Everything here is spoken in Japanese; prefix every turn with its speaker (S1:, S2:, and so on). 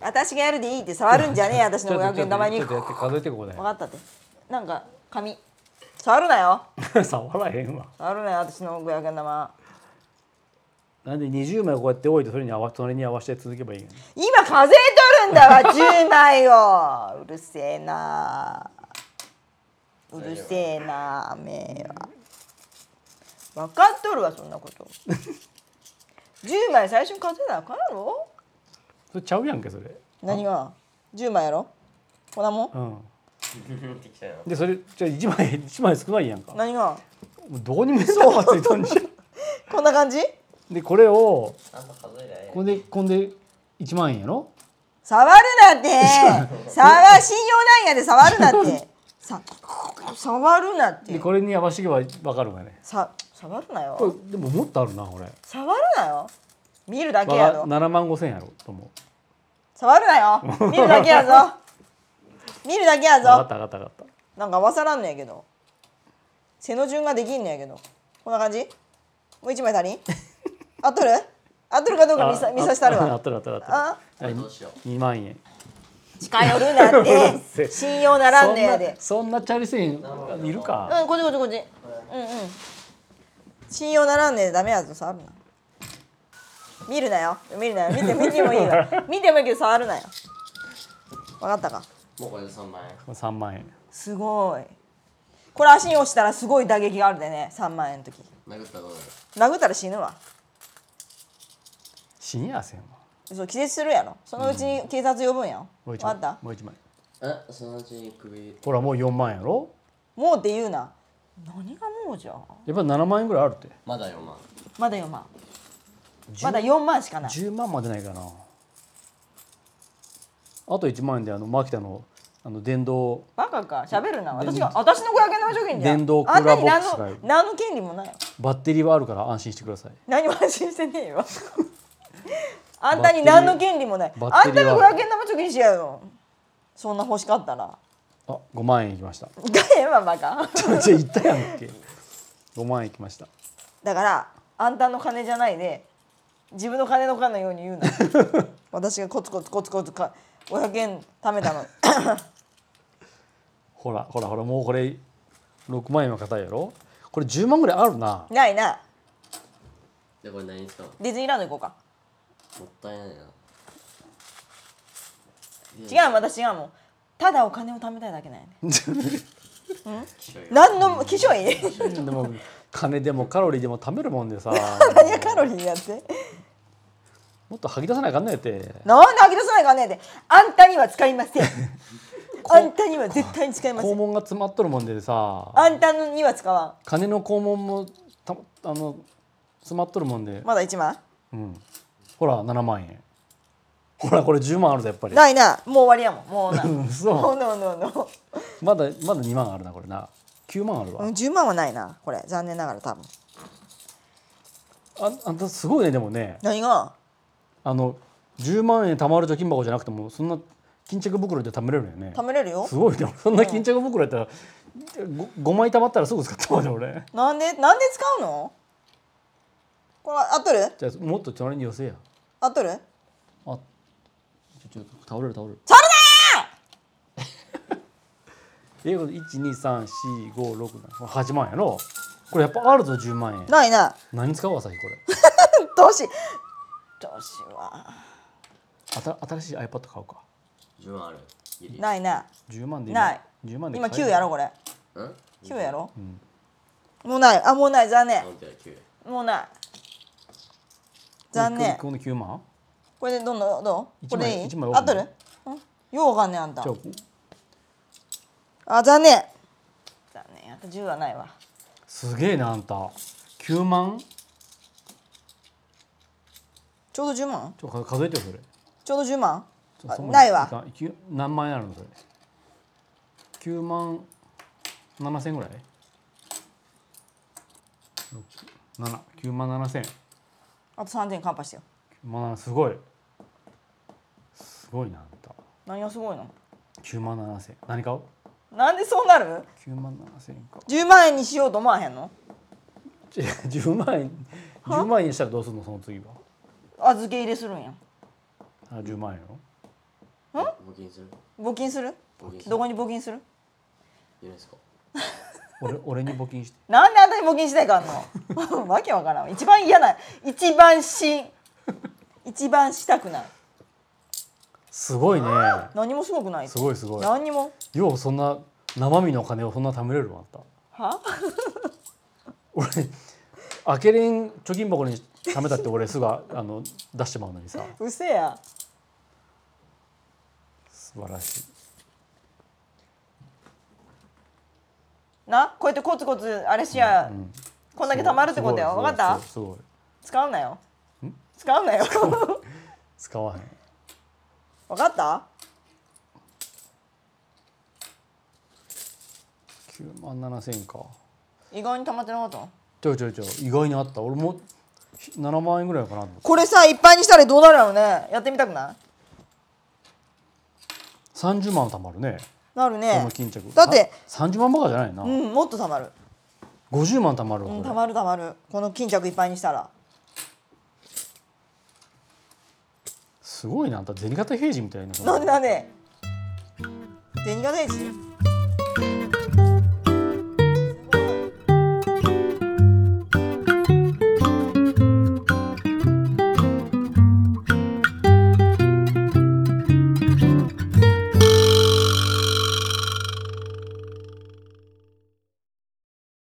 S1: 私がやるでいいって触るんじゃねえよ私の500円玉に
S2: ちょ
S1: 分
S2: っとやって数えてこ
S1: かったってなんか紙触るなよ
S2: れ触らへんわ
S1: 触るなよ私の500円玉
S2: なんで20枚こうやって置いてそれに合わそれに合わせて続けばいいの
S1: 今数えとるんだ わ10枚をうるせえなうるせえなめえは分かっとるわそんなこと10枚最初に数えなあかんやろ
S2: それちゃうやんけそれ
S1: 何が10枚やろこんなもん
S2: うん
S3: 持ってきたよ
S2: でそれじゃあ1枚1枚 少ないやんかも
S1: 何が
S2: うどうにも目玉がついとんじ ゃん
S1: こんな感じ
S2: でこれを
S3: あんま数えない
S2: こんでこんで1万円やろ
S1: 触るな って触信用なんやで触るなってさ触るなって
S2: でこれに合わせていけば分かるわね
S1: さ触るな
S2: こ
S1: よ
S2: れでももっとあるなこれ
S1: 触るなよ見るだけや
S2: わが
S1: ろ
S2: 7万5千円やろと思う
S1: 触るなよ見るだけや ぞ見るだけや
S2: 分かっ
S1: ぞ
S2: た分かった分かっ
S1: なんか合わさらんのやけど背の順ができんのやけどこんな感じもう一枚足 りん合っとる合っとるかどう
S2: た
S1: か見さ見さしたる
S2: あああ
S1: わ
S2: ったるあったるあったる
S1: あ
S2: はい
S3: どうしよ
S2: 2万円
S1: 近寄る なっ
S2: うるせえ
S1: て信用ならんのやで
S2: そんなチャリせんいるか
S1: うんこっちこっちこっちうんうん信用ならんねえダメやぞ触るな見るなよ見るなよ見て見てもいい わ見てもいいけど触るなよ分かったか
S3: もうこれで3万円
S2: 3万円
S1: すごいこれ足に落ちたらすごい打撃があるでね3万円の時
S3: 殴ったらどうなる
S1: 殴ったら死ぬわ
S2: 死にやせんわ
S1: そう気絶するやろそのうちに警察呼ぶんや
S2: もう
S1: 分
S2: 一
S1: か
S2: 枚
S1: った
S2: もう一枚
S3: えそのうちに首
S2: ほらもう4万円やろ
S1: もうって言うな何がもうじゃ
S2: やっぱ7万円ぐらいあるって
S3: まだ4万
S1: まだ4万
S2: 10
S1: まだ4万しかない
S2: 10万までないかなあと1万円であのマキタのあの電動
S1: バカか喋るな私が私の500円の貯金じゃん
S2: 電動クー
S1: あん
S2: ラー
S1: たに何
S2: ボックスがあ
S1: の
S2: る
S1: 何の権利もないよ
S2: バッテリーはあるから安心してください
S1: 何も安心してねえ よあんたに何の権利もない
S2: バッ
S1: あ
S2: テ
S1: ん
S2: リ
S1: た
S2: ーは
S1: が500円玉貯金しやよそんな欲しかったら
S2: あ5万円いきました
S1: だよバカ
S2: じゃあ言ったやんけ5万円いきました
S1: だからあんたの金じゃないで自分の金のかのように 言うな私がコツコツコツコツか500円貯めたの
S2: ほらほらほらもうこれ6万円は硬いやろこれ10万ぐらいあるな
S1: ないな
S3: でこれ何に使うの
S1: ディズニーランド行こうか
S3: もったいないな
S1: 違う私違うもんただお金を貯めたいだけなんやね
S3: きしょいよ
S1: 何の気性いい
S2: でも金でもカロリーでも貯めるもんでさ
S1: 何がカロリーやって
S2: もっと吐き出さないかんのやって
S1: なんで吐き出さないかねってあんたには使いませんあんたには絶対に使いませ
S2: 肛
S1: ん
S2: 門が詰まっとるもんでさ
S1: あんたのには使わ
S2: 金の肛門もたあの詰まっとるもんで
S1: んまだ1万
S2: うんほら7万円ほらこれ10万あるぞやっぱり
S1: ないなもう終わりやもんもうなも
S2: そう
S1: ノーノーノーノー
S2: うまだまだ2万あるなこれな9万あるわ、
S1: うん10万はないなこれ残念ながら多分
S2: ああんたすごいねでもね
S1: 何が
S2: あの10万円貯まる貯金箱じゃなくてもそんな巾着袋で貯めれるよね
S1: 貯めれるよ
S2: すごいねそんな巾着袋やったら 5, 枚貯まったらすぐ使ったわね俺
S1: なんでなんで使うのこれ合っとる
S2: じゃあもっと隣に寄せや
S1: 合っとる
S2: あちょちょっと倒れる倒れ るそれだー一二三四五六七八万やろこれやっぱあるぞ10万円
S1: ないな
S2: 何使う朝日これ
S1: どうしどうしは
S2: あた新しい iPad 買うか
S3: 10万あるギリ
S1: ないな
S2: 10万で
S1: ない
S2: 10万で
S1: 今
S2: 買え
S1: 9
S2: る
S1: やろこれ
S3: うん
S1: 9やろ、もうないあもうない残念
S3: 4.9九。
S1: もうない残念
S2: この9万
S1: これでどんどんどう
S2: 一
S1: こ
S2: 枚
S1: れでいい
S2: 一枚多
S1: 合
S2: く
S1: っとる
S2: なん
S1: ようわかんねえあんた
S2: じゃあ
S1: あ残念残念あと10はないわ
S2: すげえなあんた9万
S1: ちょうど10万
S2: ちょか数えてよそれ
S1: ちょうど10万
S2: ちょ
S1: あ
S2: そん
S1: ないわ
S2: かんきゅ何万円あるのそれ9万7千ぐらい79万7千
S1: あと3000カンパしてよ
S2: まあすごいすごいなあんた
S1: 何がすごいの
S2: 9万7千何買う
S1: なんでそうなる
S2: ?9 万7千か
S1: 10万円にしようと思わへんの
S2: ちょ10万円10万円にしたらどうするのその次は
S1: 預け入れするんや
S2: あ10万円よ
S3: 募金する
S1: 募金する
S3: 募金する
S1: どこに募金する
S3: いないですか
S2: 俺俺に募金して
S1: なんであんたに募金しないかんの わけわからん一番嫌な一番し一番したくない
S2: すごいね
S1: 何もすごくない
S2: すごいすごい
S1: 何にも
S2: ようそんな生身のお金をそんな貯めれるわあんた
S1: は
S2: 俺開けれん貯金箱に貯めたって俺すぐああの出してまうのにさ
S1: うせや
S2: 素晴らしい
S1: なこうやってコツコツあれしや、こんだけ貯まるってことや
S2: すご
S1: 分
S2: い
S1: かった
S2: すごいすごい
S1: 使うなよ使うな よ
S2: 使わへん
S1: 分かった
S2: 9万7千か
S1: 意外に貯まってなかったの
S2: ちょいちょいちょい意外にあった俺もひ7万円ぐらいかなと思って
S1: これさいっぱいにしたらどうなるのねやってみたくない
S2: 30万貯まるね
S1: なる
S2: こ
S1: ね
S2: の巾着
S1: だって
S2: さ30万ばかじゃないな、
S1: うんもっと貯まる
S2: 50万貯まるわ
S1: う
S2: これ、
S1: ん貯まる貯まるこの巾着いっぱいにしたら
S2: すごいなあんた銭形平次みたいな
S1: なんだね銭形です